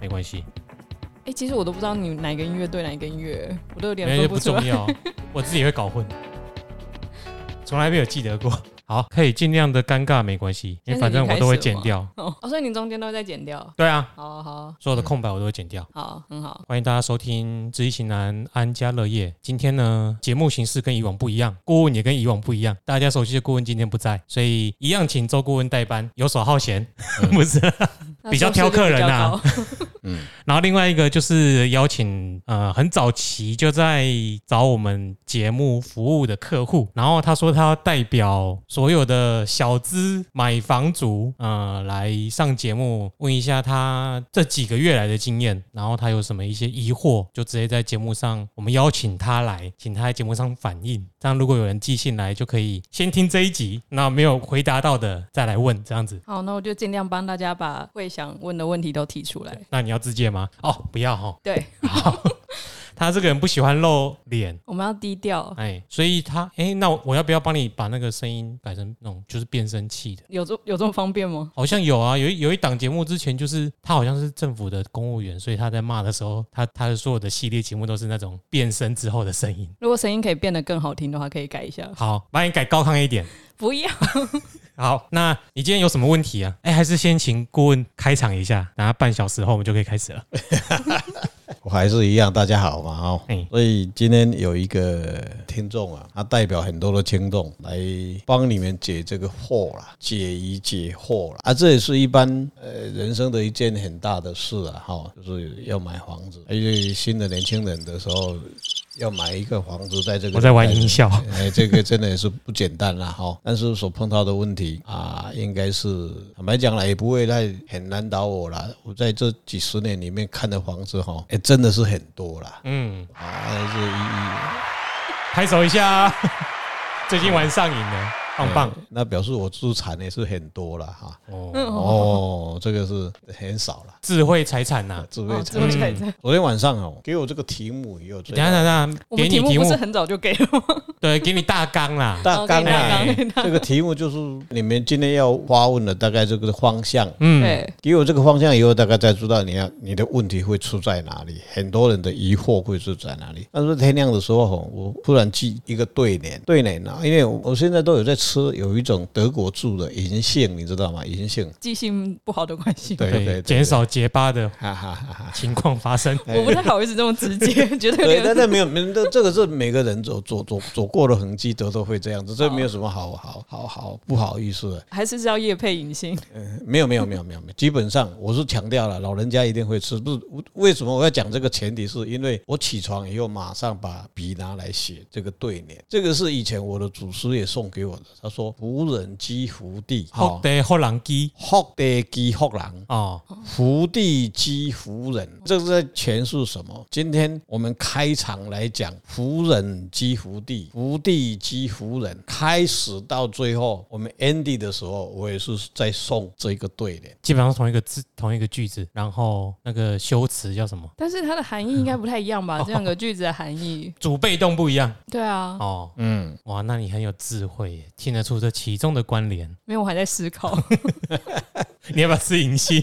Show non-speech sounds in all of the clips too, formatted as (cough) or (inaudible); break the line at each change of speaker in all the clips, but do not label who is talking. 没关系，
哎、其实我都不知道你哪一个音乐对哪一个音乐，我都有点
没
分
关系不
出
重
来。 (laughs)
要，我自己会搞混，从来没有记得过。好，可以尽量的尴尬，没关系，因为反正我都会剪掉。
哦，哦所以你中间都会再剪掉。
对啊，
好啊好啊
所有的空白我都会剪掉。
好，很好。
欢迎大家收听《知易行难安家乐业》。今天呢，节目形式跟以往不一
嗯
样，顾问也跟以往不一样。大家熟悉的顾问今天不在，所以一样请周顾问代班，游手好闲，
嗯
(laughs) 不是？
那
比较
收视率
挑客人
比较
啊
高
嗯，
然后另外一个就是邀请呃很早期就在找我们节目服务的客户，然后他说他要代表所有的小资买房族呃来上节目，问一下他这几个月来的经验，然后他有什么一些疑惑，就直接在节目上我们邀请他来，请他在节目上反映。这样如果有人寄信来，就可以先听这一集，那没有回答到的再来问这样子。
好，那我就尽量帮大家把会想问的问题都提出来。
那你要自荐吗？哦，不要哈、
对，
好， (laughs) 他这个人不喜欢露脸，
我们要低调，
哎，所以他哎、那我要不要帮你把那个声音改成那种就是变声器的？
有这有这么方便吗？
好像有啊，有一有一档节目之前就是他好像是政府的公务员，所以他在骂的时候，他他的所有的系列节目都是那种变声之后的声音。
如果声音可以变得更好听的话，可以改一下。
好，把你改高亢一点。
不要，
好，那你今天有什么问题啊？哎、还是先请顾问开场一下，等下半小时后我们就可以开始了。
我还是一样，大家好嘛哦
哎。
所以今天有一个听众啊，他代表很多的听众来帮你们解这个惑啦，解疑解惑啦。啊，这也是一般呃人生的一件很大的事啊，哈、就是要买房子，因为新的年轻人的时候要买一个房子，在这个
我在玩
年代
音效，
哎，这个真的也是不简单啦哈。但是所碰到的问题啊，应该是坦白讲了，也不会太很难倒我啦。我在这几十年里面看的房子哈，哎，真的是很多啦。
嗯，
啊，但是一
拍手一下 (laughs) 啊，最近玩上瘾了，棒棒。
一哎那表示我资产也是很多啦哈。
哦，
哦，这个是很少了，
智慧财产呐、
智慧
哦
财
这么
嗯
改正。
昨天晚上哦，给我这个题目也有这
等一下
样
等一下，
我
给
们
你
题目
题
不
目
是，很早就给了吗？ (laughs)
对，给你大纲啦。
大 (laughs) 纲啊，
哎
哦给你大纲
这个题目就是你们今天要发问的大概这个方向。
嗯，
对，
给我这个方向以后，大概才知道你要你的问题会出在哪里，很多人的疑惑会是在哪里。但是天亮的时候，吼我突然记一个对联，对联啊，因为我现在都有在吃有一种德国制的银杏，你知道吗？银杏，
记性不好的关系。
对对对，
减，少结巴的
哈哈哈哈。
情况发生。
我不太好意思这么直接，
(laughs)
觉得
(laughs) 对，
有
但
点
但没有，没有这这个是每个人走走走走过的痕迹，都都会这样子，这没有什么好好好好不好意思的。
还是是要夜配隐性。
(laughs) 没有没有没有没有没有，基本上我是强调了，老人家一定会吃。不是我为什么我要讲这个前提，是因为我起床以后马上把笔拿来写这个对联，这个是以前我的祖师爷送给我的。他说：“福人积福
(laughs)
地，
好
好
的，后狼鸡
福地积福人，
哦，
福地积福人。”这是在诠释什么？今天我们开场来讲“福人积福地，福地积福人”，开始到最后我们 ending 的时候，我也是在送这个对联。
基本上同一个字，同一个句子，然后那个修辞叫什么？
但是它的含义应该不太一样 (laughs) 吧？这两个句子的含义，
主被动不一样
对啊，
哦。
嗯。
哇，那你很有智慧耶，听得出这其中的关联。
没有，我还在思考。 (laughs)
你要不要吃银
(laughs)
杏？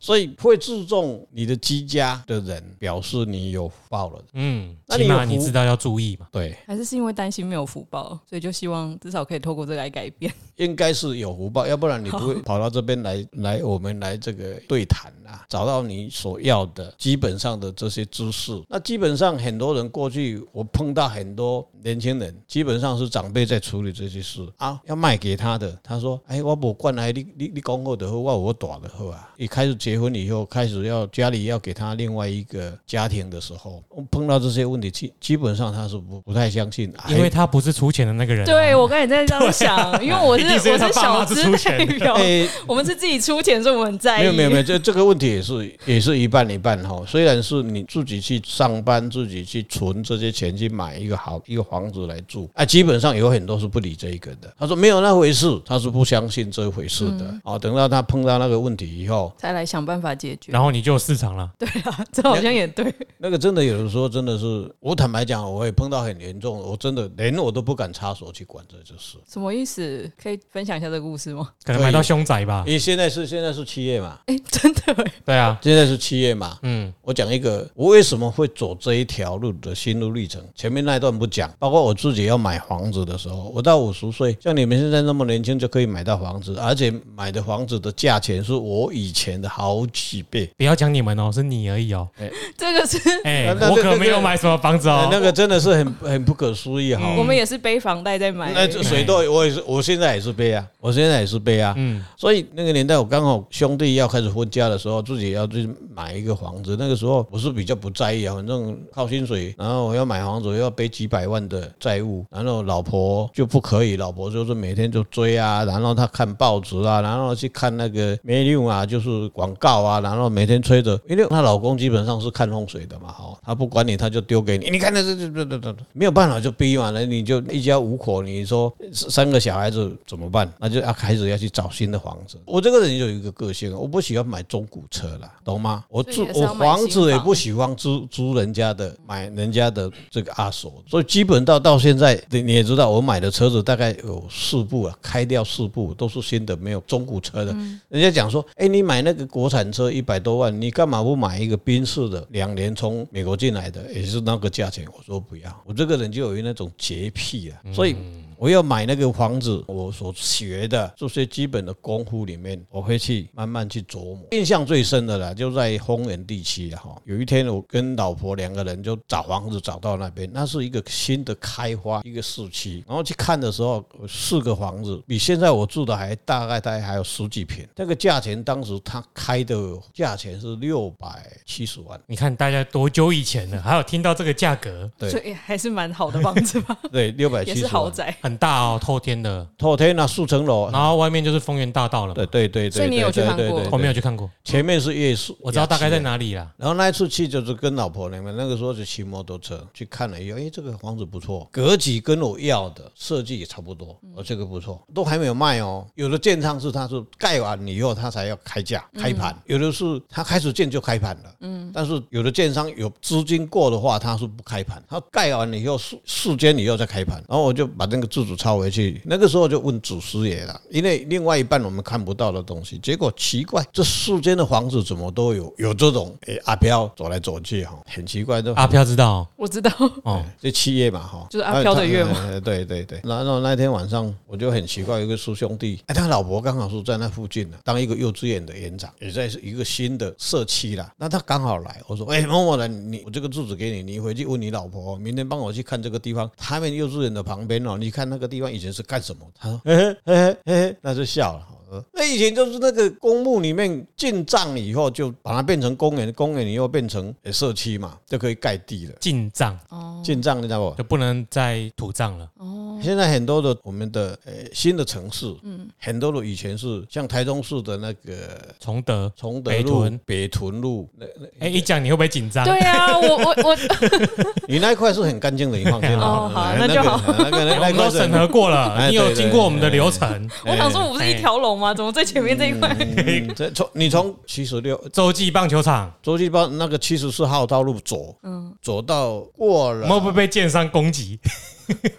所以会注重你的居家的人，表示你有报了。
嗯，
那
起
你有
码你
福
知道要注意嘛。
对，
还是是因为担心没有福报，所以就希望至少可以透过这个来改变。
应该是有福报，要不然你不会跑到这边来来我们来这个对谈啊，找到你所要的基本上的这些知识。那基本上很多人过去，我碰到很多年轻人，基本上是长辈在处理这些事啊，要卖给他的，他说：“哎，我不管来，你你你讲我的后，我有我大的后啊。”一开始结婚以后，开始要家里要给他另外一个家庭的时候，我碰到这些问题，基基本上他是不不太相信，哎
因为他不是出钱的那个人、啊。
(laughs) 对，我刚才也在这样 (laughs) 想，因为我是
一定是因为
我
他
是
爸
小
妈是
资
出
代
钱的 (laughs)
表，
哎
我们是自己出钱，所以我们很在意。
没有没有没有，这这个问题也是也是一半一半哈。虽然是你自己去上班，自己去存这些钱去买一个好一个房子来住啊，基本上有很多是不理这一个的。他说没有那回事，他是不相信这回事的。哦，等到他碰到那个问题以后，
再来想办法解决。
然后你就有市场了。
这好像也对，
那个真的有的时候真的是，我坦白讲，我也碰到很严重的，我真的连我都不敢插手去管这些事。
什么意思？可以分享一下这个故事吗？
可能买到凶宅吧。
因为现在是现在是七月嘛，
(laughs) 哎、真的、
对啊，
现在是七月嘛，
嗯，
我讲一个，我为什么会走这一条路的心路历程，前面那一段不讲，包括我自己要买房子的时候，我到五十岁，像你们现在那么年轻就可以买到房子，而且买的房子的价钱是我以前的好几倍。
不要讲你们哦，是你而已哦。
这个是
哎，
那那
我可没
那
有
个
买什么房子
那
哦。嗯
个真的是很很不可思议哈、
我们也是背房贷在买，
那这水痘我也是，我现在也是背啊，我现在也是背啊。
嗯，
所以那个年代，我刚好兄弟要开始分家的时候，自己要去买一个房子。那个时候我是比较不在意啊，反正靠薪水，然后我要买房子，又要背几百万的债务，然后老婆就不可以，老婆就是每天就追啊，然后她看报纸啊，然后去看那个 m e 啊，就是广告啊，然后每天催着，因为她老公基本上是看风水的嘛，哈，他不管你，他就丢给你，你看这这这这这，没有办法就逼嘛，那你就一家五口，你说三个小孩子怎么办？那就要开始要去找新的房子。我这个人有一个个性，我不喜欢买中古车啦，懂吗？我
所以
住
也是
我
要买
房
新
子也
房
不喜欢租租人家的，买人家的这个二手，所以基本到到现在，你你也知道，我买的车子大概有四部啊，开掉四部都是新的，没有中古车的。人家讲说，哎、你买那个国产车一百多万，你干嘛不买一个宾士的？两年从美国进来的也是那个价钱。我说不要，我这个人就有那种洁癖啊，所以。我要买那个房子，我所学的这些基本的功夫里面，我会去慢慢去琢磨。印象最深的啦，就在丰原地区啊哈。有一天，我跟老婆两个人就找房子，找到那边，那是一个新的开发一个市区。然后去看的时候，四个房子比现在我住的还大概大概还有十几平。那个价钱当时他开的价钱是六百七十万，
你看大家多久以前了，还有听到这个价格
对
所以还是蛮好的房子吧，
对，六百
也是
七十
豪
万。
宅。
很大哦，透天的，
透天啊，四层楼。
然后外面就是丰原大道了嘛
对。对对对，
所以你有去
对
看
对
过
对对
我没有去看过，
前面是夜市，
我知道大概
夜市
在
啊
哪里啦。
然后那一次去就是跟老婆那边，那个时候就骑摩托车去看了一下，哎，这个房子不错，格局跟我要的设计也差不多，
嗯
我这个不错，都还没有卖哦。有的建商是他是盖完以后他才要开价
嗯
开盘，有的是他开始建就开盘了，嗯，但是有的建商有资金过的话，他是不开盘，他盖完以后四四间以后再开盘。然后我就把那个自主抄回去，那个时候就问祖师爷了，因为另外一半我们看不到的东西，结果奇怪，这世间的房子怎么都有有这种诶阿飘走来走去哈，很奇怪都
阿飘知道哦
我知道，
哦，
这七月嘛哈，
就是阿飘的月嘛
哎。哎对对对，然后那天晚上我就很奇怪，有一个师兄弟，哎，他老婆刚好是在那附近呢、啊当一个幼稚园的园长，也在一个新的社区啦。那他刚好来，我说，哎，某某人，你我这个住址给你，你回去问你老婆，明天帮我去看这个地方，他们幼稚园的旁边哦，你看那个地方以前是干什么？他说，嘿 (laughs) 嘿嘿嘿嘿，那就笑了。呃那以前就是那个公墓里面进葬以后，就把它变成公园，公园以后变成呃社区嘛，就可以盖地了。
进藏
哦
进藏你知道不？
就不能再土葬了。
哦，
现在很多的我们的呃新的城市，
嗯
很多的以前是像台中市的那个
崇德，
崇德
北
路、
屯
北屯路，那那
哎，一讲你会不会紧张？
对啊，我我我
你那一块是很干净的，你放心
哦好
哎
那就好
那个那个
(laughs) 我
那
们都
块是
审核过了，
哎
你有
对对
经过我们的流程。
我想说，我不是一条龙吗？怎么最前面这一块？
嗯这从你从七十六
洲际棒球场，
洲际包那个七十四号道路走，
嗯
走到过
我
了，
们会不会被建商攻击？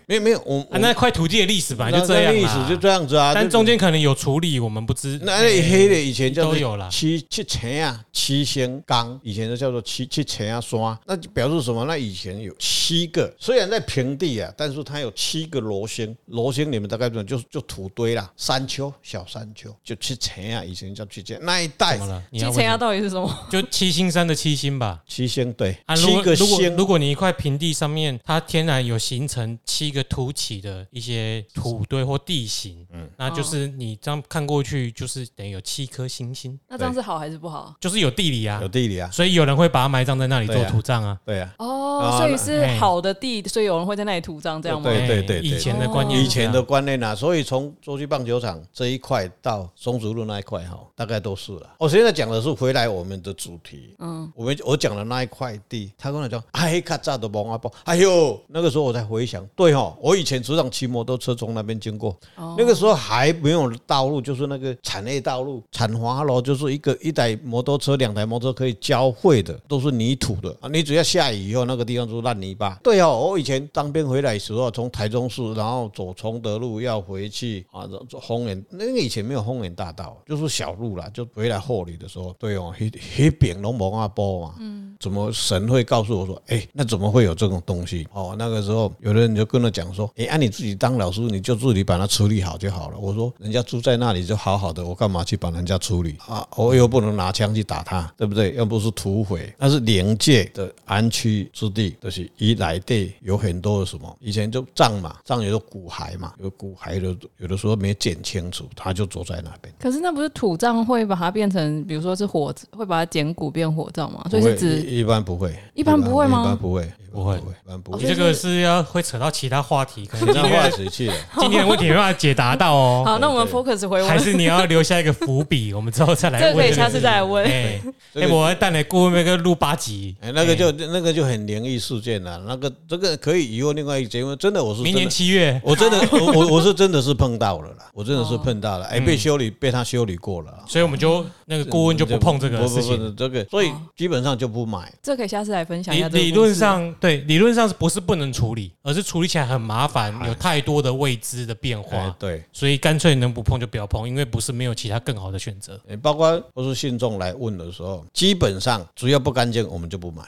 没有没有，我
啊，那块土地的历史本来
那
就这样
历
啦
史就这样子啊，
但
就
中间可能有处理，我们不知。
那那黑的以前叫做
都有啦
七七钱啊，七仙岗以前就叫做七七钱啊山，那就表示什么？那以前有七个，虽然在平地啊，但是它有七个罗星，罗星你们大概懂，就是就土堆啦，山丘小山丘，就七钱啊，以前叫七钱那一带
怎么了？你要
(laughs) 基
问
层
什
压
么
到底是什么？
就七星山的七星吧。
七仙对，
啊，如
七
果
个
如果
仙
如果你一块平地上面，它天然有形成七个凸起的一些土堆或地形，嗯，那就是你这样看过去，就是等于有七颗星星，
那这样是好还是不好？
就是有地理啊
有，地理啊，
所以有人会把它埋葬在那里做
对啊
土葬啊。
对啊，
哦
啊，
所以是
那
好的地，所以有人会在那里土葬这样吗？
对
哎
对对对
以前的观念
以
是这
前
样，
的观念啊，所以从洲际棒球场这一块到松竹路那一块哈，大概都是
嗯
了。我现在讲的是回来我们的主题，嗯，我们我讲的那一块地，他跟我讲，哎，咔嚓的崩啊崩，哎呦，那个时候我才回想对哈、我以前组长骑摩托车从那边经过，
哦
那个时候还没有道路，就是那个产业道路，产华楼就是一个一台摩托车、两台摩托车可以交汇的，都是泥土的啊。你只要下雨以后，那个地方就是烂泥巴。对哦，我以前当兵回来的时候，从台中市，然后走崇德路要回去啊，走走丰原，那个以前没有丰原大道，就是小路啦，就回来后里的时候，对哦，黑黑饼龙蒙阿波嘛，怎么神会告诉我说，哎、那怎么会有这种东西？哦，那个时候有的人就跟他讲说，哎、按、你自己当老师，你就自己把它处理好就好了。我说，人家住在那里就好好的，我干嘛去帮人家处理啊？我又不能拿枪去打他，对不对？又不是土匪，那是灵界的安区之地，就是一来地有很多的什么，以前就藏嘛，藏有的骨骸嘛，有骨骸的，有的时候没剪清楚，他就坐在那边。
可是那不是土葬会把它变成，比如说是火，会把它剪骨变火葬吗？所以
不会
是指
一一般不会，
一般不会吗
一般不会，
不会
一般不
哦
会，
你
一
这
般
个是要会扯到其他话题，可
(laughs) 不
能
会。
今
那话
天
谁去了？
今天的问题没办法解答到哦，
(laughs) 好，那我们
对
focus 回我
还
们，
是你要留下一个伏笔，我们之后再来
这
问
个可以
这
下
个
次再来问。
哎，
这
哎，
个
我带你过那个录八集，
哎，那个就那个就很灵异事件了。那个这个可以以后另外一个节目，真的我是
明
真
年
的，
七月，(laughs)
我真的我我我是真的是碰到了啦，我真的是碰到了，哎，
嗯
被修理被他修理过了啊。
所以我们就那个顾问就不碰这个
不
事
不
情。
不，这个所以基本上就不买。
这可以下次来分享一
理
下这个
理
故事
论上对，理论上是不是不能处理，而是处理起来很麻烦，有太多的未知的变
哎
化，，
对，
所以干脆能不碰就不要碰，因为不是没有其他更好的选择。
哎包括或是信众来问的时候，基本上只要不干净，我们就不买。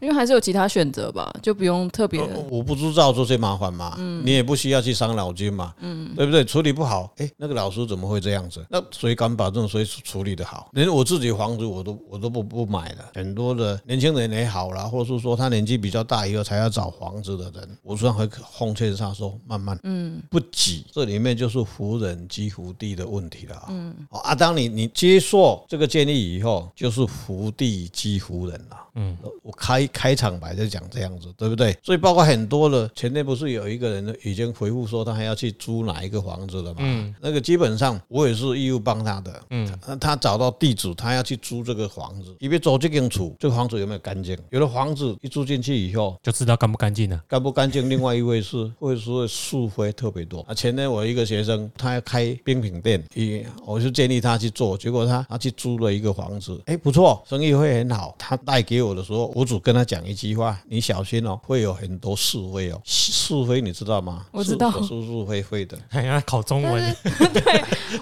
因为还是有其他选择吧，就不用特别。
呃我不知道这些麻烦嘛，你也不需要去伤脑筋嘛，对不对？处理不好，哎，那个老师怎么会这样子？嗯那谁敢保证谁处理的好？连我自己房子我都我都不不买了。很多的年轻人也好啦，或者是说他年纪比较大以后才要找房子的人，我虽然会奉劝他说慢慢，嗯，不急，这里面就是福人积福地的问题了啊。嗯，啊，当你你接受这个建议以后，就是福地积福人了。我开开场白就讲这样子，对不对？所以包括很多的，前天不是有一个人已经回复说他还要去租哪一个房子了嘛？那个基本上我也是义务帮他的。嗯，他他找到地主，他要去租这个房子，因为走这间厝，这个房子有没有干净？有的房子一租进去以后，
就知道干不干净了。 (laughs)
干不干净，另外一回事，或者说是非特别多啊。前天我一个学生，他要开冰品店，一我就建议他去做，结果他他去租了一个房子，哎，不错，生意会很好。他带给我的时候，我只跟他讲一句话：你小心哦，会有很多是非哦，是是非你知道吗？
我知道
是是是非非的，
还要考中文，
(laughs)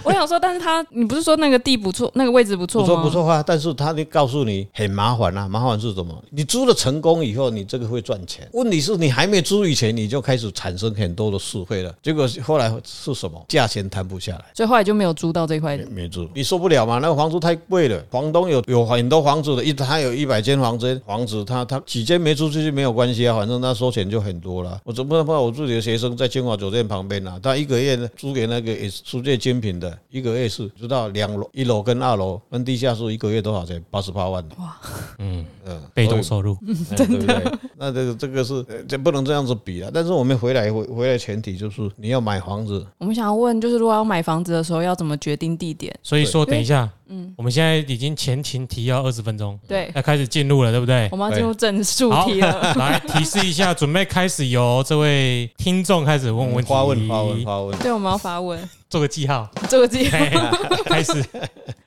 我想说，但是他，你不是说那个地不错，那个位置不错
不
吗？
错不错啊。但是他就告诉你很麻烦啊，麻烦是什么？你租了成功以后，你这个会赚钱。问题是你还没租以前，你就开始产生很多的是非了。结果后来是什么？价钱谈不下来。
所以后来就没有租到这块
没没住，你受不了嘛？那个房租太贵了，房东有有很多房子的，一他有一百间房子，房子他他几间没租出去没有关系啊，反正他收钱就很多了。我怎么把我自己的学生在清华酒店旁边啊？他一个月呢租给那个也是租借精品的，一个月是知道两楼一楼跟二楼跟地下室一个月多少钱？八十八万。哇，嗯嗯，
被动收入。
哎对不对？那这个这个是呃这不能这样子比啊。但是我们回来回回来前提就是你要买房子，
我们想要问，就是如果要买房子的时候，要怎么决定地点？
所以说，等一下，嗯，我们现在已经前情提要二十分钟，
对，
要开始进入了，对不对
我？们要进入正数题了。
(laughs) 来提示一下，准备开始由这位听众开始问问题，
发嗯问发问，发问。
对，我们要发问，
做个记号， (laughs)
这个自己
嘿开始。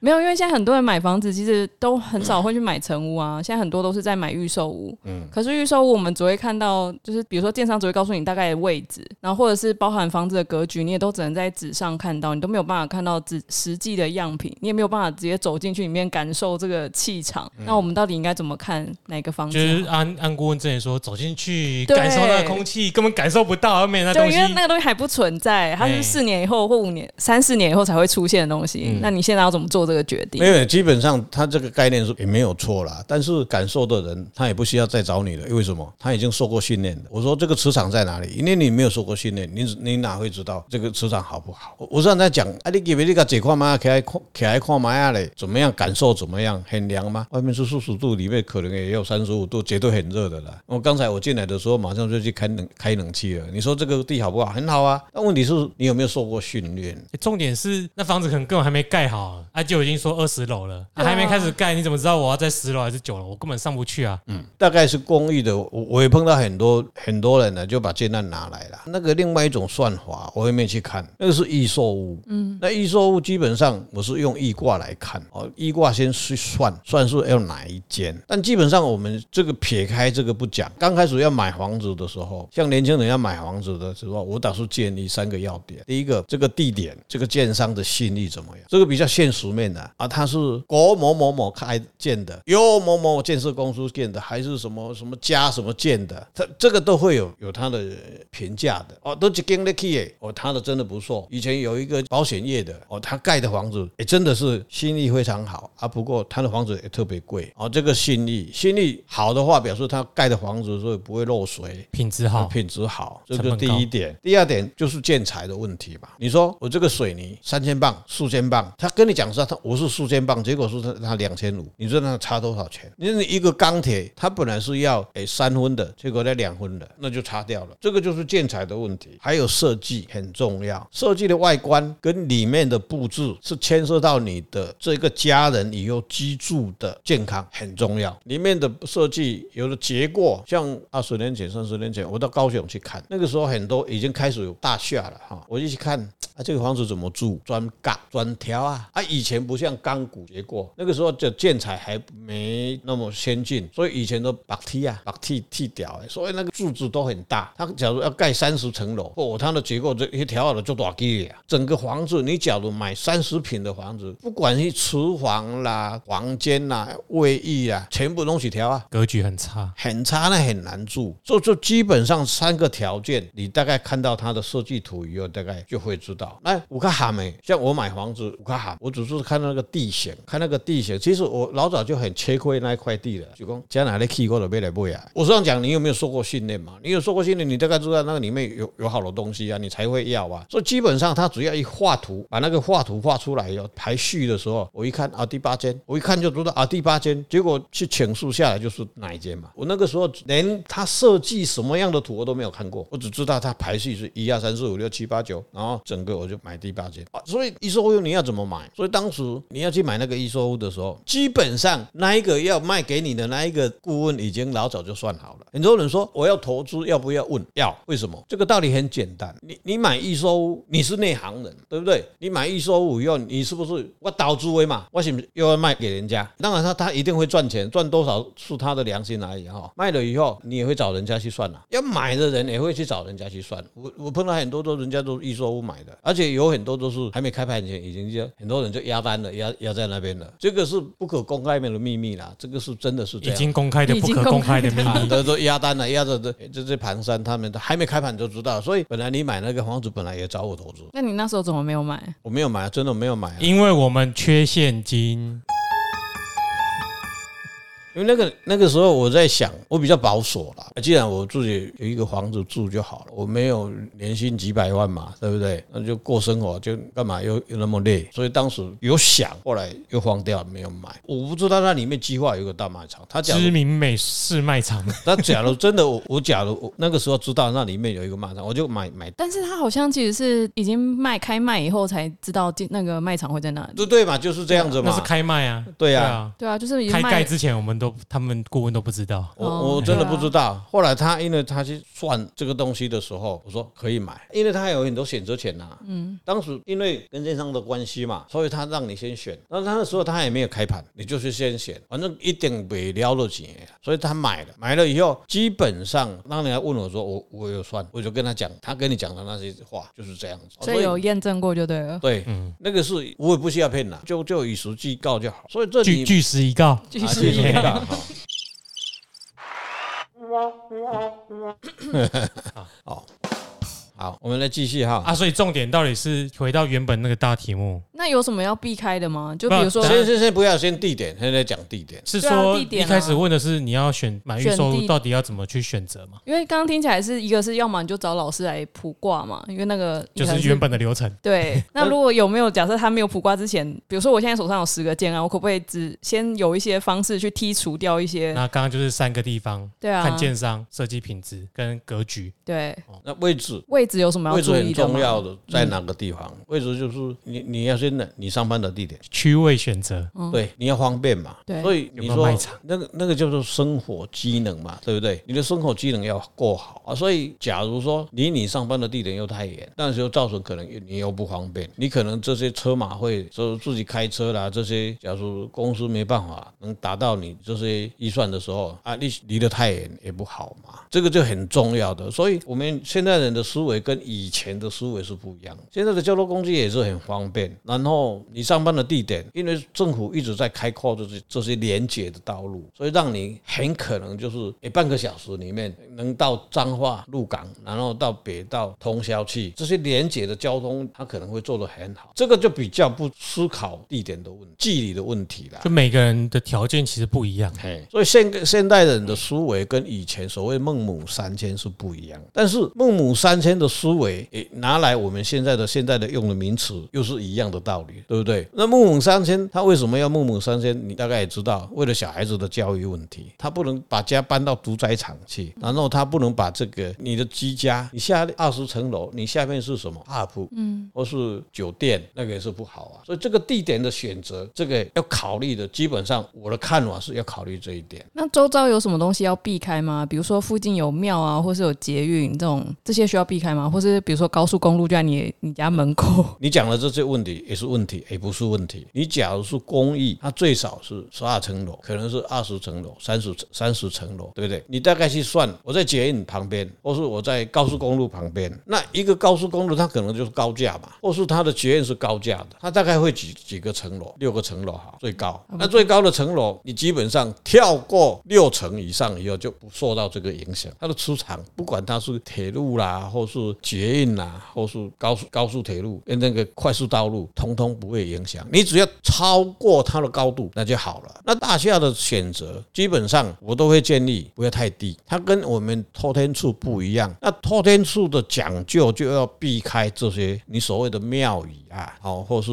没有，因为现在很多人买房子其实都很少会去买成屋啊，现在很多都是在买预售屋。嗯，可是预售屋我们只会看到，就是比如说建商只会告诉你大概的位置，然后或者是包含房子的格局，你也都只能在纸上看到，你都没有办法看到纸实际的样品，你也没有办法直接走进去里面感受这个气场。那我们到底应该怎么看哪个房
嗯
子
就是
好？
安安顾问之前说，走进去
对
感受那个空气，根本感受不到外面那东
对，
西
因。为那个东西还不存在，它
哎嗯
是四年以后或五年、三四年以后才会出现的东西。那你现在要怎么做这个决定
没？有，基本上他这个概念是也没有错啦。但是感受的人，他也不需要再找你了，为什么？他已经受过训练了。我说这个磁场在哪里？因为你没有受过训练，你你哪会知道这个磁场好不好？我我上在讲，啊，你给别你个这看嘛，起来看起来看嘛，呀嘞，怎么样感受怎么样？很凉吗？外面是四十度，里面可能也有三十五度，绝对很热的啦。我刚才我进来的时候，马上就去开冷开冷气了。你说这个地好不好？很好啊。那问题是你有没有受过训练？
欸重点是那房子可能根本还没盖好，啊就已经说二十楼了，啊
对啊
还没开始盖，你怎么知道我要在十楼还是九楼？我根本上不去啊！
大概是公寓的，我我也碰到很多很多人呢，就把建案拿来了。那个另外一种算法，我也没去看，那个是预售屋。嗯，那预售屋基本上我是用易卦来看，哦，易卦先去算，算是要哪一间。但基本上我们这个撇开这个不讲，刚开始要买房子的时候，像年轻人要买房子的时候，我打算建议三个要点：第一个，这个地点，这个建商的信誉怎么样？这个比较现实面的啊，它是国某某某开建的，由某某建设公司建的，还是什么什么家什么建的，它这个都会有有它的评价的哦，都是跟得起耶哦，它的真的不错。以前有一个保险业的哦，他盖的房子也真的是心意非常好啊，不过他的房子也特别贵哦，这个心意心意好的话，表示他盖的房子所以不会漏水，
品质好，
品质好，这
成
是
本
第一点。第二点就是建材的问题吧。你说我这个水泥三千磅、四千磅，他跟你讲说他我是四千磅，结果是他他两千五，你说那差多少钱？你说你一个钢铁，它本来是要诶三分的，结果在两分的，那就差掉了。这个就是建材的问题，还有设计很重要，设计的外观跟里面的布置是牵涉到你的这个家人以后居住的健康很重要。里面的设计有的结果，像二十年前、三十年前，我到高雄去看，那个时候很多已经开始有大厦了哈，我就去看啊，这个房子怎么住，砖杠、砖条啊，啊，以前不像钢骨结构，那个时候的建材还没那么先进，所以以前都把梯啊，把梯剃掉，所以那个柱子都很大。它假如要盖三十层楼，哦，它的结构这一条了就大几啊，整个房子你假如买三十平的房子，不管是厨房啦、房间啦、卫浴啦，全部东西条啊。
格局很差。
很差那很难住。所以就基本上三个条件，你大概看到它的设计图以后，大概就会知道。那五个喊没？像我买房子五个喊，我只是看那个地形，看那个地形。其实我老早就很缺亏那一块地了，就讲将来的去过了，别来不呀。我这样讲，你有没有受过训练嘛？你有受过训练，你大概知道那个里面有有好的东西啊，你才会要啊。所以基本上他只要一画图，把那个画图画出来以后排序的时候，我一看啊第八间，我一看就知道啊第八间，结果去请示下来就是哪一间嘛。我那个时候连他设计什么样的图我都没有看过，我只知道他排序是一二三四五六七八九，然后整个我就买第八间。啊所以一售屋你要怎么买？所以当时你要去买那个一售屋的时候，基本上那一个要卖给你的那一个顾问已经老早就算好了。很多人说我要投资，要不要问？要，为什么？这个道理很简单。你你买预售屋，你是内行人，对不对？你买预售屋以后，你是不是我倒租为嘛？我是不是又要卖给人家？当然他他一定会赚钱，赚多少是他的良心而已哈、卖了以后，你也会找人家去算了、要买的人也会去找人家去算。我我碰到很多都人家都预售屋买的，而且有很多都是还没开盘前已经就很多人就压单了，压压在那边了。这个是不可公开面的秘密啦，这个是真的是这
已
样。
经公开的
已
不
经
可公
公
开
开
的
的
秘密，
都都压单了，压着这这这盘山，他们都还没开盘就知道，所以本来你买那个房子，本来也找我投资，
那你那时候怎么没有买？
我没有买，真的没有买、啊，
因为我们缺现金。
因为那个那个时候我在想，我比较保守啦，既然我自己有一个房子住就好了，我没有年薪几百万嘛，对不对？那就过生活，就干嘛又又那么累？所以当时有想，后来又荒掉，没有买。我不知道那里面计划有一个大卖场，他讲
知名美式卖场，
他假如真的我我假如我那个时候知道那里面有一个卖场，我就买买
但是他好像其实是已经卖开卖以后才知道进那个卖场会在哪里。
对对嘛，就是这样子
那
嘛
是。开卖啊，
对啊
对啊，就是已
开
经
盖
卖
之前我们都他们顾问都不知道，
我
哦
我真的
对啊
不知道。后来他因为他去算这个东西的时候，我说可以买，因为他有很多选择权呐、嗯，当时因为跟建商的关系嘛，所以他让你先选。那他那时候他也没有开盘，你就是先选，反正一定没撩了钱，啊所以他买了。买了以后，基本上当你来问我说我我有算，我就跟他讲，他跟你讲的那些话就是这样子。
所
哦
以有验证过就对
啊
了。
对，那个是我也不需要骗啦，就就以实际告就好。所以这
据
里
据实以告。
继
啊
续
以告。哈 (laughs) 哦，好，我们来继续哈。
啊，所以重点到底是回到原本那个大题目，
那有什么要避开的吗？就
不
比如说
啊
先先先不要，先地点，现在讲地点。
是
对啊
说
地
一
点啊
开始问的是你要选买预收
选
入
地
到底要怎么去选择嘛？
因为刚刚听起来是一个是要么你就找老师来卜卦嘛，因为那个
就
可能
是原本的流
(laughs)
程。
(laughs)
对。
呃
那如果有没有假设他没有卜卦之前，比如说我现在手上有十个件啊，我可不可以只先有一些方式去剔除掉一些？
那刚刚就是三个地方，
对啊，
看建商、设计品质跟格局。
对
那位置，
位置有什么哦要
位置
注
很
意的
重
吗？
要的
嗯
在哪个地方？位置就是你你要先哪你上班的地点，
区位选择，
嗯
对，你要方便嘛。
对
所以你
有没有
说
卖场
那个那个叫做生活机能嘛，对不对？你的生活机能要够好啊。所以假如说离你上班的地点又太远，但是又造成可能你又不方便，你可能这些车马会说自己开车啦，这些假如公司没办法能达到你这些预算的时候啊，你离得太远也不好嘛。这个就很重要的。所以我们现在人的思维跟以前的思维是不一样的。现在的交通工具也是很方便，然后你上班的地点，因为政府一直在开阔这些这些连接的道路，所以让你很可能就是诶半个小时里面能到彰化鹿港，然后到北到通宵去，这些连接的交通它可能会做得很好。这个就比较不思考地点的问题、距离的问题啦。
就每个人的条件其实不一样。
哎
嘿，所以现现代人的思维跟以前所谓孟母三迁是不一样的，但是孟母三迁的思维，诶，拿来我们现在的现在的用的名词，又是一样的道理，对不对？那孟母三迁，他为什么要孟母三迁？你大概也知道，为了小孩子的教育问题，他不能把家搬到屠宰场去，然后他不能把这个你的居家，你下二十层楼，你下面是什么 up，嗯，或是酒店，那个也是不好啊。所以这个地点的选择，这个要考虑的，基本上我的看法是要考虑这一点。
那周遭有什么东西要避开吗？比如说附近有庙啊，或是有捷运这种，这些需要避开吗？或是比如说高速公路就在你你家门
(laughs)
口？
你讲的这些问题也是问题，也不是问题。你假如是公寓，它最少是十二层楼，可能是二十层楼、三十三十层楼，对不对？你大概去算，我在捷运旁边，或是我在高速公路旁边，那一个高速公路它可能就是高架嘛，或是它的捷运是高架的，它大概会几几个层楼，六个层楼哈，最高。那最高的层楼，你基本上跳过六层以上以后就不受到这个影响，它的出厂不管它是铁路啦，或是捷运啦，或是高速高速铁路跟那个快速道路，通通不会影响。你只要超过它的高度，那就好了。那大厦的选择，基本上我都会建议不要太低，它跟我们透天处不一样。那透天处的讲究就要避开这些你所谓的庙宇啊，哦，或是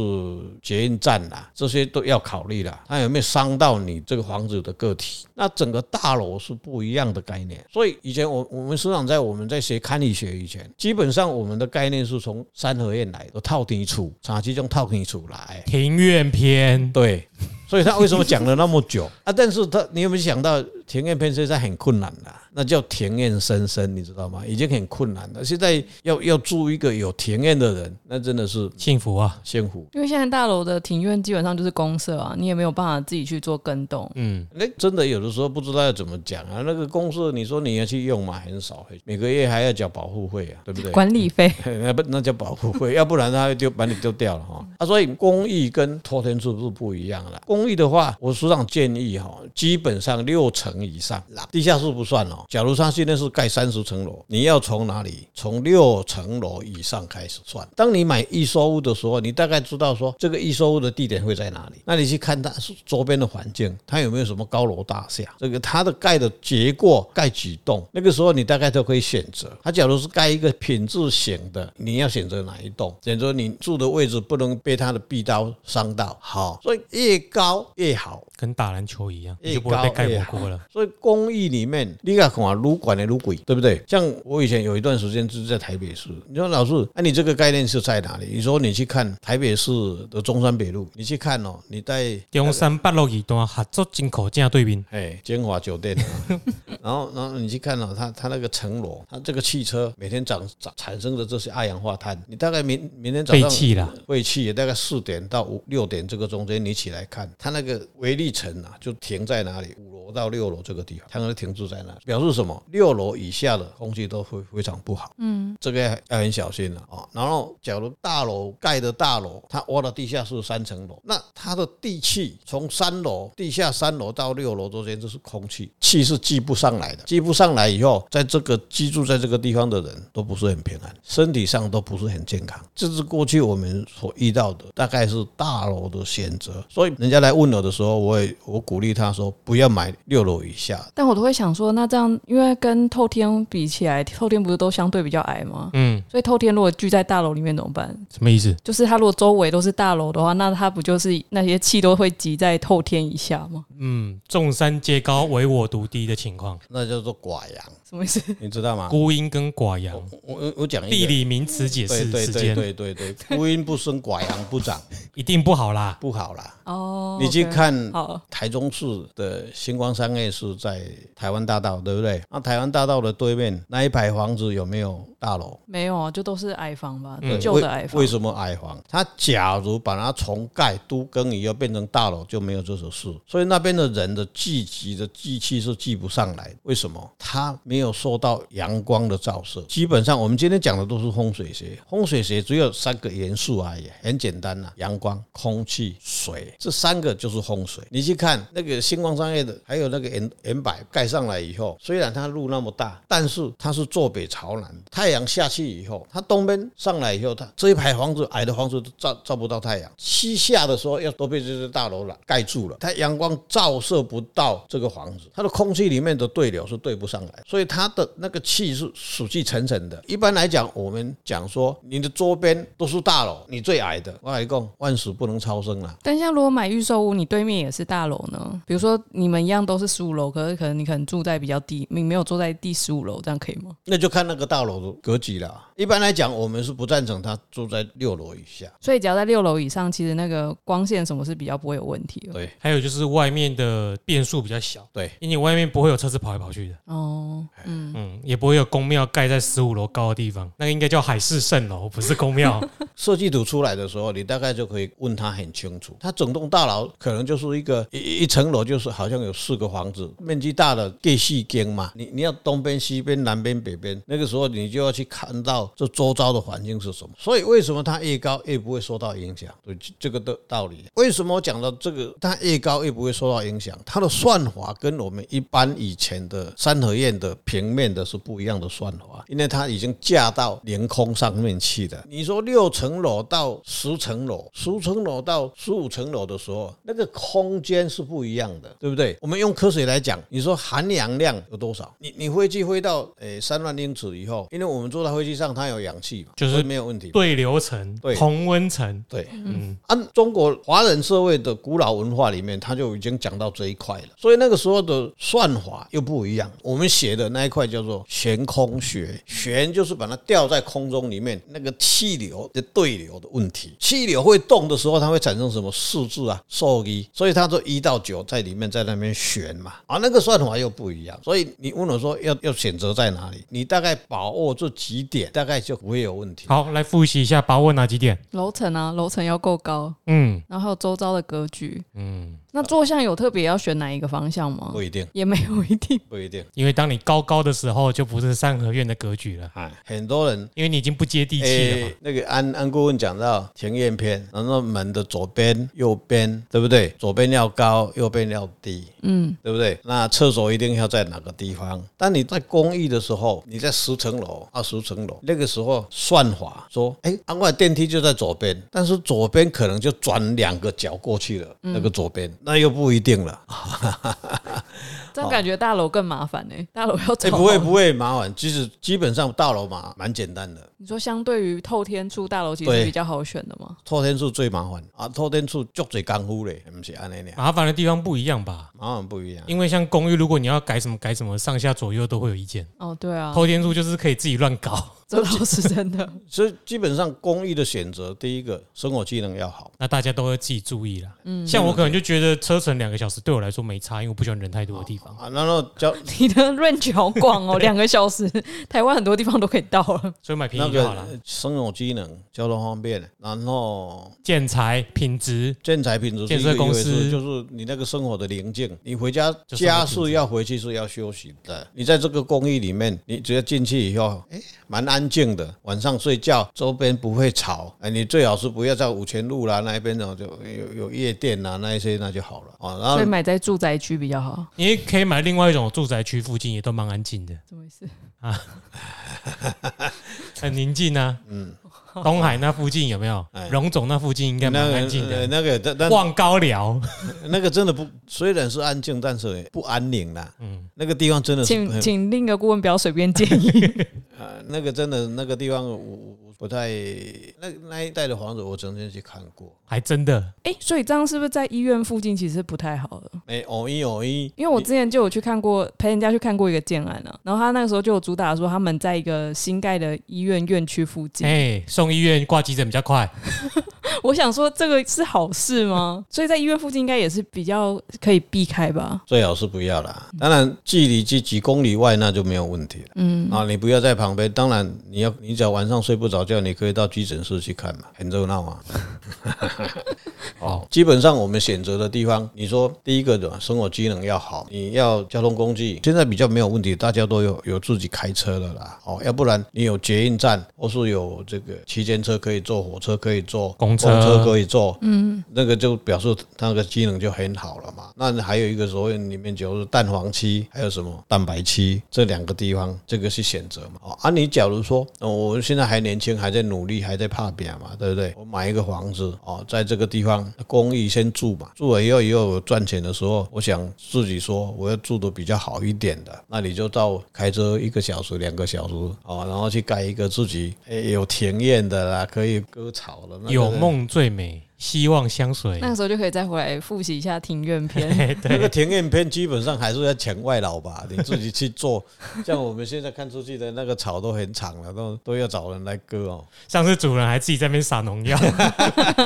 捷运站啊，这些都要考虑啦。它有没有伤到你这个房子的个体？那整个大楼是不一样的概念。所以以前我我们师长在我们在学堪理学以前，基本上我们的概念是从三合院来的套底处，长期用套底处来。
庭院篇，
对，所以他为什么讲了那么久 (laughs) 啊？但是他，你有没有想到田园篇现在很困难了、那叫田园深深，你知道吗？已经很困难了。现在要要住一个有田园的人，那真的是
幸福啊，
幸福。
因为现在大楼的庭院基本上就是公社啊，你也没有办法自己去做跟动。
嗯，
那真的有的时候不知道要怎么讲啊。那个公司你说你要去用嘛，很少，每个月还要缴保护费啊，对不对？嗯
管理费
那不那叫保护费，要不然他会丢把你丢掉了哈。啊，所以公益跟托天处是不一样的。公益的话，我署长建议哈，基本上六层以上啦，地下室不算哦。假如他现在是盖三十层楼，你要从哪里？从六层楼以上开始算。当你买预售屋的时候，你大概知道说这个预售屋的地点会在哪里。那你去看它周边的环境，它有没有什么高楼大厦？这个它的盖的结构盖几栋，那个时候你大概都可以选择。它假如是盖一个品质型的，你要选择哪一栋？选择你住的位置不能被它的壁刀伤到。好，所以越高越好。
跟打篮球一样，
越
你就不会被
哎
盖火锅了。
所以公寓里面，你看看撸管的撸鬼，对不对？像我以前有一段时间就是在台北市，你说老师，那、你这个概念是在哪里？你说你去看台北市的中山北路，你去看哦，你在
中山八路一段合作进口正对面，
哎，金华酒店、啊， (laughs) 然后然后你去看哦，它它那个层楼，它这个汽车每天长长产生的这些二氧化碳，你大概明明天早
废
上
弃啦，
废气大概四点到五六点这个中间，你起来看，它那个微粒层啊，就停在哪里？五楼到六楼这个地方，它可能停滞在那，表示什么？六楼以下的空气都会非常不好，
嗯，
这个要很小心了啊、哦然后，假如大楼盖的大楼，它挖到地下室三层楼，那它的地气从三楼、地下三楼到六楼中间，这是空气，气是积不上来的，积不上来以后，在这个居住在这个地方的人都不是很平安，身体上都不是很健康。这是过去我们所遇到的，大概是大楼的选择。所以人家来问我的时候，我也我鼓励他说，不要买六楼以下的
但我都会想说，那这样因为跟透天比起来，透天不是都相对比较矮吗？
嗯，
所以透天如果聚在大楼里面怎么办？
什么意思？
就是它如果周围都是大楼的话，那它不就是那些气都会集在透天以下吗？
嗯，众山皆高，唯我独低的情况，
那叫做寡阳，
什么意思？
你知道吗？
孤鹰跟寡羊，
我我我讲一个
地理名词解
哦对
释
对
时
对
间
对对对，孤阴不生，寡阳不长，
一定不好啦。
不好啦。
(laughs) 哦，
你去
OK
看
好，
台中市的星光商业是在台湾大道，对不对？那台湾大道的对面那一排房子有没有大楼？
没有啊，就都是矮房吧，
嗯
旧的矮
为
房。
为什么矮房？它假如把它重盖、都更以后变成大楼，就没有这种事。所以那边的人的聚集的聚气是聚不上来。为什么？它没有受到阳光的照射。基本上我们今天讲的都是风水学，风水学只有三个元素而已，很简单呐、阳光、空气、水，这三个就是风水。你去看那个星光商业的，还有那个 N N 百盖上来以后，虽然它路那么大，但是它是坐北朝南，太阳下去以后，它东边上来以后，它这一排房子矮的房子都照照不到太阳，西下的时候要都被这些大楼了盖住了，它阳光照射不到这个房子，它的空气里面的对流是对不上来，所以它的那个气是死气沉沉的。一般来讲，我们讲说你的周边都是大楼，你最矮的，我来讲万死不能超生啦。
但像如果买预售屋，你对面也是大楼呢？比如说你们一样都是十五楼，可是可能你可能住在比较低，你没有住在第十五楼，这样可以吗？
那就看那个大楼的格局啦。一般来讲，我们是不赞成他住在六楼以下。
所以只要在六楼以上，其实那个光线什么是比较不会有问题的。
对
还有就是外面的变数比较小，
对，
因为你外面不会有车子跑来跑去的，
哦，嗯，
嗯，也不会有公庙盖在十五楼高的地方，那个应该叫海市蜃楼，不是公庙。
设计图出来的时候，你大概就可以问他很清楚。他整栋大楼可能就是一个一一层楼，就是好像有四个房子，面积大的给细间嘛。你你要东边、西边、南边、北边，那个时候你就要去看到这周遭的环境是什么。所以为什么它越高越不会受到影响？对，这这个的道理。为什么我讲到这个，它越高越不会受到影响？它的算法跟我们一般以前的三合院的平面的是不一样的算法，因为它已经架到凌空上面去的。你说六层楼到十层楼，十层楼到十五层楼的时候，那个空间是不一样的，对不对？我们用科学来讲，你说含氧量有多少？你你飞机飞到诶三万英尺以后，因为我们坐在飞机上，它有氧气嘛，
就是
所以没有问题嘛。
对流层
对、
同温层，
对，
嗯，
按中国华人社会的古老文化里面，他就已经讲到这一块了，所以那个时候的算法又不一样。我们写的那一块叫做悬空学，悬就是把它吊在空中里面，那个气流的对流的问题。气流会动的时候，它会产生什么四字啊、受力，所以它就一到九在里面在那边悬嘛。啊，那个算法又不一样，所以你问我说要要选择在哪里，你大概把握这几点，大概就不会有问题。
好，来复习一下，把握哪几点？
楼层啊，楼层要够高，
嗯
然后还有周遭的格局。
嗯，
那坐向有特别要选哪一个方向吗
不？一定，
也没有一定。 (laughs)
不一定。
因为当你高高的时候，就不是三合院的格局了，
哎，很多人
因为你已经不接地气了嘛。
诶那个安安顾问讲到庭院篇，然后门的左边、右边，对不对？左边要高，右边要低，
嗯，
对不对？那厕所一定要在哪个地方？当你在公寓的时候，你在十层楼、二十层楼，那个时候算法说，哎，安外电梯就在左边，但是左边可能就转两个角过去了，那个左边那又不一定了。
这样感觉大楼更麻烦呢、欸大楼要
哎，
找
不会不会麻烦，其实基本上大楼嘛蛮简单的，
你说相对于透天处，大楼其实
对
比较好选的嘛。
透天处最麻烦啊，透天处足侪功夫嘞， (laughs) 不是安尼俩，
麻烦的地方不一样吧？
麻烦不一样。
因为像公寓，如果你要改什么改什么，上下左右都会有意见。
哦，对啊，
偷天书就是可以自己乱搞，
这倒是真的。 (laughs)
所以基本上公寓的选择，第一个生活技能要好，
那大家都会自己注意啦。嗯，像我可能就觉得车程两个小时对我来说没差，因为我不喜欢人太多的地方，
啊，然后交 (laughs)
你的 range 好广哦，两个小时，台湾很多地方都可以到了。
所以买便
那
宜就好了。
个呃生有机能、交通方便，然后
建材品质，
建材品质是
建
一
设
个
公
优势
司
就是你那个生活的宁静。你回家
就是
家
那个品
是
质
要回去是要休息的。你在这个公寓里面，你只要进去以后，哎，蛮安静的。晚上睡觉，周边不会吵。哎，你最好是不要在五泉路啦那一边哦，就有有夜店啦那一些那就好了啊。然后
所以买在住宅区比较好。
你也可以买另外一种住宅区附近也都蛮安静的，
怎么回事？
很宁静啊。嗯，东海那附近有没有？荣总那附近应该蛮
那
安
个
静
呃
的。
哎那个但但
望高寮， (laughs)
那个真的不，虽然是安静，但是也不安宁啦。嗯，那个地方真的是
请
很
请另一个顾问不要随便建议。 (laughs)
呃，那个真的那个地方我，我我不太那那一带的房子，我曾经去看过。
还真的
哎、所以这样是不是在医院附近其实不太好了？
哎、偶一偶一，
因为我之前就有去看过，陪人家去看过一个建案啊，然后他那个时候就有主打说他们在一个新盖的医院院区附近。
哎，送医院挂急诊比较快。
我想说这个是好事吗？ (laughs) 所以在医院附近应该也是比较可以避开吧。
最好是不要啦。当然，距离几几公里外那就没有问题了。嗯啊，你不要在旁边。当然，你要你只要晚上睡不着觉，你可以到急诊室去看嘛，很热闹啊。 (laughs) 哦
好，
基本上我们选择的地方，你说第一个的生活机能要好，你要交通工具，现在比较没有问题，大家都有有自己开车的啦。哦，要不然你有捷运站，或是有这个区间车可以坐，火车可以坐，
公车
车可以坐，嗯，那个就表示它那个机能就很好了嘛。那还有一个所谓里面就是蛋黄区，还有什么蛋白区这两个地方，这个是选择嘛。哦，啊，你假如说、呃我现在还年轻，还在努力，还在怕扁嘛，对不对？我买一个房子哦，在这个地方公寓先住嘛，住了以后以后我赚钱的时候，我想自己说我要住的比较好一点的，那你就到开车一个小时、两个小时哦，然后去盖一个自己诶有庭院的啦，可以割草的，那个
有梦最美，希望相
哎
随。 (laughs)
那个时候就可以再回来复习一下庭院篇。
嘿
(laughs) 那
对，
个庭院片基本上还是要请外劳吧，你自己去做。像我们现在看出去的那个草都很长了，都都要找人来割哦。
上次主人还自己在那边撒农药， (laughs)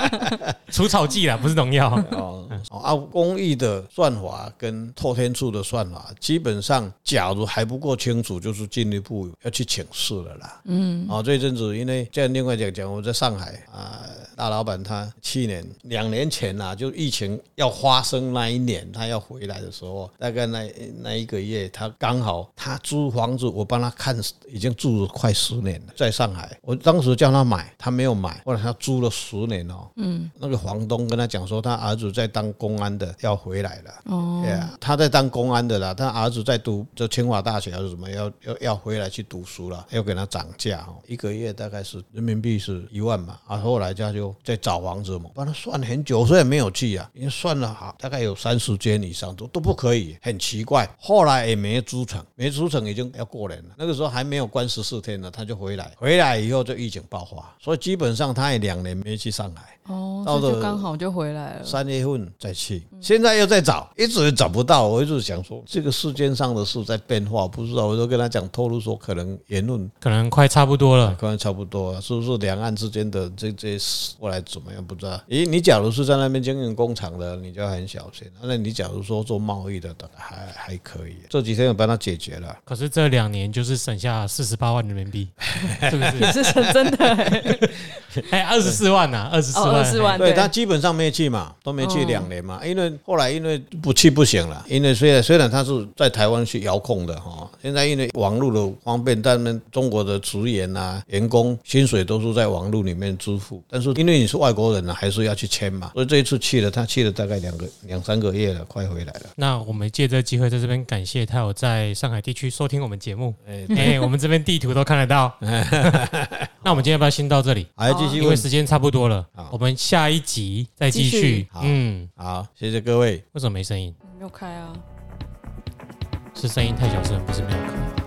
除草剂啦，不是农
(laughs)
药。
哦，哦啊，公益的算法跟透天处的算法，基本上假如还不够清楚，就是进一步要去请示了啦。嗯，啊、这一阵子因为这样另外讲讲，我在上海啊、大老板他去年两年前呐、就疫情要发生那一年，他要回来的时候，大概那那一个月，他刚好他租房子，我帮他看，已经住了快十年了，在上海。我当时叫他买，他没有买，后来他租了十年哦。嗯，那个房东跟他讲说，他儿子在当公安的，要回来了。
哦，
对啊，他在当公安的啦，他儿子在读就清华大学还是什么，要要要回来去读书了，要给他涨价哦，一个月大概是人民币是一万嘛，啊，后来他就在找房子嘛，帮他算了很久，虽然没有去啊，因为算了好大概有三十间以上都都不可以，很奇怪，后来也没租成，没租成已经要过年了，那个时候还没有关十四天呢，他就回来，回来以后就疫情爆发，所以基本上他也两年没去上海。
哦，
到
所以就
了
刚好就回来了。
三月份再去，现在又在找，一直找不到。我一直想说，这个世间上的事在变化，不知道。我就跟他讲，透露说可能言论
可能快差不多了。
可能差不多啊，是不是两岸之间的这这后来怎么样不知道？咦，你假如是在那边经营工厂的，你就要很小心。那你假如说做贸易的，还还可以。这几天我帮他解决了。
可是这两年就是省下四十八万人民币，是不是？
(laughs) 是真真的、 (laughs)
哎，二十四万呐，二十四
哦，
万，哎
二十万，
对他基本上没去嘛，都没
哦
去两年嘛，因为后来因为不去不行了，因为虽然虽然他是在台湾去遥控的哈，现在因为网络的方便，他们中国的职员啊、员工薪水都是在网络里面支付，但是因为你是外国人呢、还是要去签嘛，所以这一次去了，他去了大概两个两三个月了，快回来了。
那我们借这机会在这边感谢他有在上海地区收听我们节目，
哎
哎、我们这边地图都看得到。那我们今天要不要先到这里？
还继续
哦因为
问，
时间差不多了
好，
我们下一集再继
继
续
续。
好
嗯，
好，谢谢各位。
为什么没声音？
没有开啊。
是声音太小声，不是没有开。